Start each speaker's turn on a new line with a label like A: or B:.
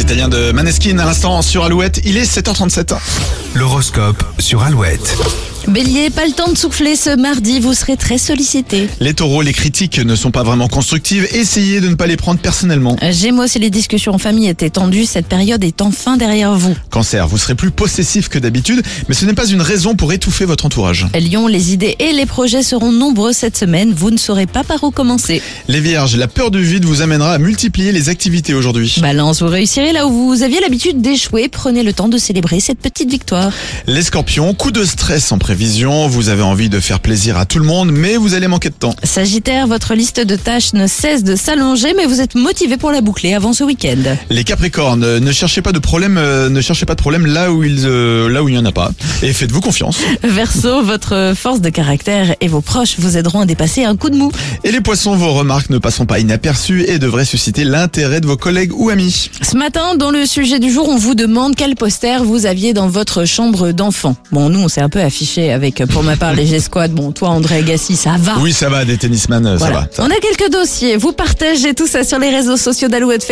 A: italien de Maneskin à l'instant sur Alouette. Il est 7h37.
B: L'horoscope sur Alouette.
C: Bélier, pas le temps de souffler ce mardi, vous serez très sollicité.
A: Les taureaux, les critiques ne sont pas vraiment constructives. Essayez de ne pas les prendre personnellement.
C: Euh, Gémeaux, si les discussions en famille étaient tendues, cette période est enfin derrière vous.
A: Cancer, vous serez plus possessif que d'habitude, mais ce n'est pas une raison pour étouffer votre entourage.
C: Lyon, les idées et les projets seront nombreux cette semaine, vous ne saurez pas par où commencer.
A: Les vierges, la peur du vide vous amènera à multiplier les activités aujourd'hui.
C: Balance, vous réussirez là où vous aviez l'habitude d'échouer, prenez le temps de célébrer cette petite victoire.
A: Les scorpions, coup de stress en prévision. Vous avez envie de faire plaisir à tout le monde, mais vous allez manquer de temps.
C: Sagittaire, votre liste de tâches ne cesse de s'allonger, mais vous êtes motivé pour la boucler avant ce week-end.
A: Les capricornes, ne cherchez pas de problème, euh, ne cherchez pas de problème là où il, euh, là où il n'y en a pas. Et faites-vous confiance.
C: Verseau, votre force de caractère et vos proches vous aideront à dépasser un coup de mou.
A: Et les poissons, vos remarques ne passeront pas inaperçues et devraient susciter l'intérêt de vos collègues ou amis.
C: Ce matin, dans le sujet du jour, on vous demande quel poster vous aviez dans votre chambre d'enfant. Bon, nous, on s'est un peu affiché avec, euh, pour ma part, les G-Squad. Bon, toi, André Agassi, ça va.
A: Oui, ça va, des tennisman, euh,
C: Ah. Voilà.
A: ça va. ça
C: On a quelques dossiers. Vous partagez tout ça sur les réseaux sociaux d'Alouette Facebook.